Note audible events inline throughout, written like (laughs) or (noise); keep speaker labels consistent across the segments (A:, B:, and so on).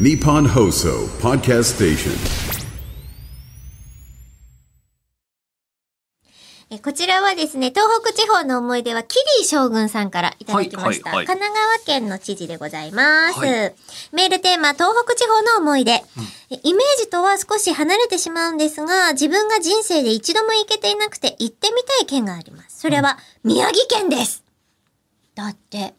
A: Nippon Hoso Podcast Station.
B: えこちらはですね、東北地方の思い出は、キリー将軍さんからいただきました。
C: はいはいはい
B: 神奈川県の知事でございます。
C: はい
B: メールテーマ、東北地方の思い出、えイメージとは少し離れてしまうんですが、自分が人生で一度も行けていなくて行ってみたい県があります。それは、宮城県です。だって、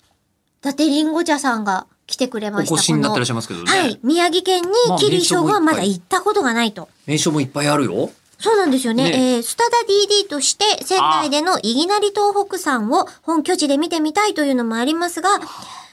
B: だってりんご茶さんが来てくれ
C: お
B: ました。
C: 越しになってらっしゃい
B: こ
C: ますけど
B: の
C: ね。
B: はい。宮城県に
C: まあ
B: キリー将軍はまだ
C: 名所もいっぱい
B: 行ったことがないと。
C: 名称もいっぱいあるよ。
B: そうなんですよね。
C: ね
B: えースタダ DD として、仙台でのいぎなり東北山を本拠地で見てみたいというのもありますが、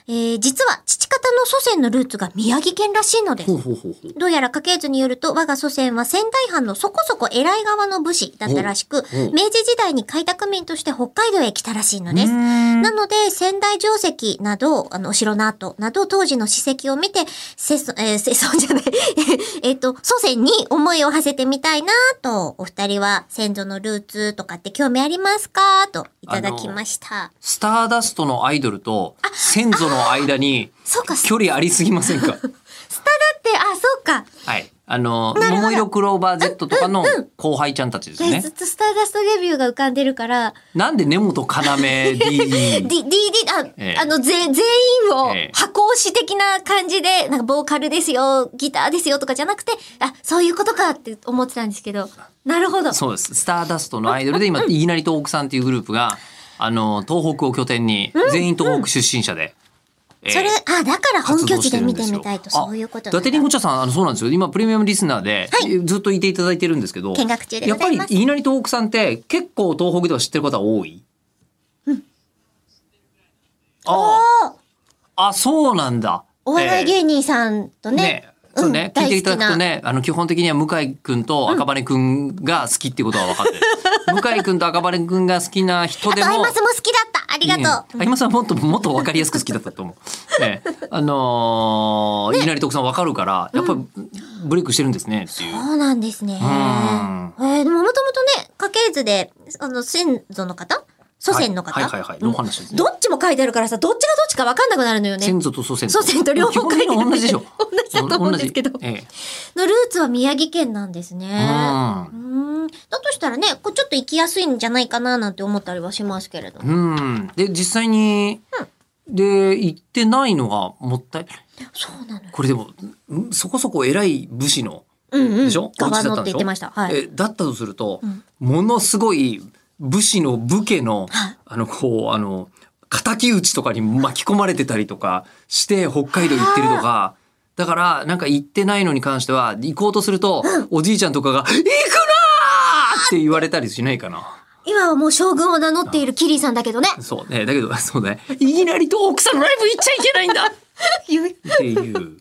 B: えー実は父方の祖先のルーツが宮城県らしいのです。
C: うほうほうほう。
B: どうやら家系図によると、我が祖先は仙台藩のそこそこ偉い側の武士だったらしく、
C: おう
B: 明治時代に開拓民として北海道へ来たらしいのです。なので、仙台城跡など、あの、お城の跡など、当時の史跡を見て、せそ、えー、せそじゃない、 (laughs) えっと、祖先に思いを馳せてみたいなと、お二人は先祖のルーツとかって興味ありますかと、いただきました。
C: スターダストのアイドルと先祖の間に
B: そうか、スタ
C: 距離ありすぎません (laughs) か
B: って、あ、そうか。
C: はい。あの、桃色クローバー Z とかの後輩ちゃんたちです
B: で
C: ね
B: ずっ。とスターダストレビューが浮かんでるから、
C: なんで根本要 (laughs)
B: D、
C: D
B: D、D、あ、
C: ええ
B: あの、ぜ全員を
C: ええ
B: 箱押し的な感じで、なんかボーカルですよ、ギターですよとかじゃなくて、あ、そういうことかって思ってたんですけど、なるほど。
C: そうです。スターダストのアイドルで今、いきなり東北さんっていうグループが、あの、東北を拠点に、全員東北出身者で。えー
B: それ、あ、だから本拠地で見てみたいと、
C: 活動してるんですよ
B: そういうこと
C: あ
B: な
C: 伊
B: んだ
C: 達りんご茶さん、あの、そうなんですよ。今、プレミアムリスナーで、
B: はい
C: ずっといていただいてるんですけど。
B: 見学中で
C: や
B: ご
C: っ
B: ざ
C: ぱ
B: い
C: り、
B: ます
C: いきなり東北さんって、結構東北では知ってる方多い。ああ、あ、そうなんだ。
B: お笑い
C: えー
B: 芸人さんとね、
C: ね。そうね、
B: ん
C: 聞いていただくと。ね、あの、基本的には向井くんと赤羽くんが好きってことは分か
B: (laughs)
C: ってる。向井くんと赤羽くんが好きな
B: 大
C: 人
B: 好き
C: で
B: なあと、アイ
C: も
B: マ。スも好きだったありがとう、
C: うん。あ今さんもっともっと分かりやすく好きだった
B: (laughs)
C: と思う。ええ、あのー、いきなり徳さん分かるから、やっぱりブレイクしてるんですねっていう。
B: そうなんですね。え
C: ん
B: ー、でももともとね、家系図で、あの、先祖の方祖先の方、
C: はいはいはいはいのお話ですね
B: どっちも書いてあるからさ、どっちがどっちか分かんなくなるのよね。
C: 先祖と祖先と。
B: 祖先と両方書いて
C: 基本的には同じでしょ。
B: (laughs) 同じだと思うんですけど
C: 同じえ
B: のルーツは宮城県なんです
C: え
B: ね。
C: う
B: うんん。だとしたらね、こうちょっと行きやすいんじゃないかななんて思ったりはしますけれど。
C: うん。で、実際に、で、行ってないのがもったい
B: そうなのよ。
C: これでも、んそこそこ偉い武士の、
B: うんうん。
C: でしょお
B: 側
C: 家
B: のって
C: だったん
B: 言
C: でし
B: っ
C: ょ
B: てました。はい。
C: えだったとすると、ものすごい武士の武家の、あの、こう、あの、敵討ちとかに巻き込まれてたりとかして、北海道行ってるとか、だから、なんか行ってないのに関しては、行こうとすると、おじいちゃんとかが、行くなーって言われたりしないかな。
B: 今はもう将軍を名乗っているキリーさんだけどね。
C: そうね。だけど、そうね。いきなりと奥さんのライブ行っちゃいけないんだっ
B: (laughs) 言う
C: ていう。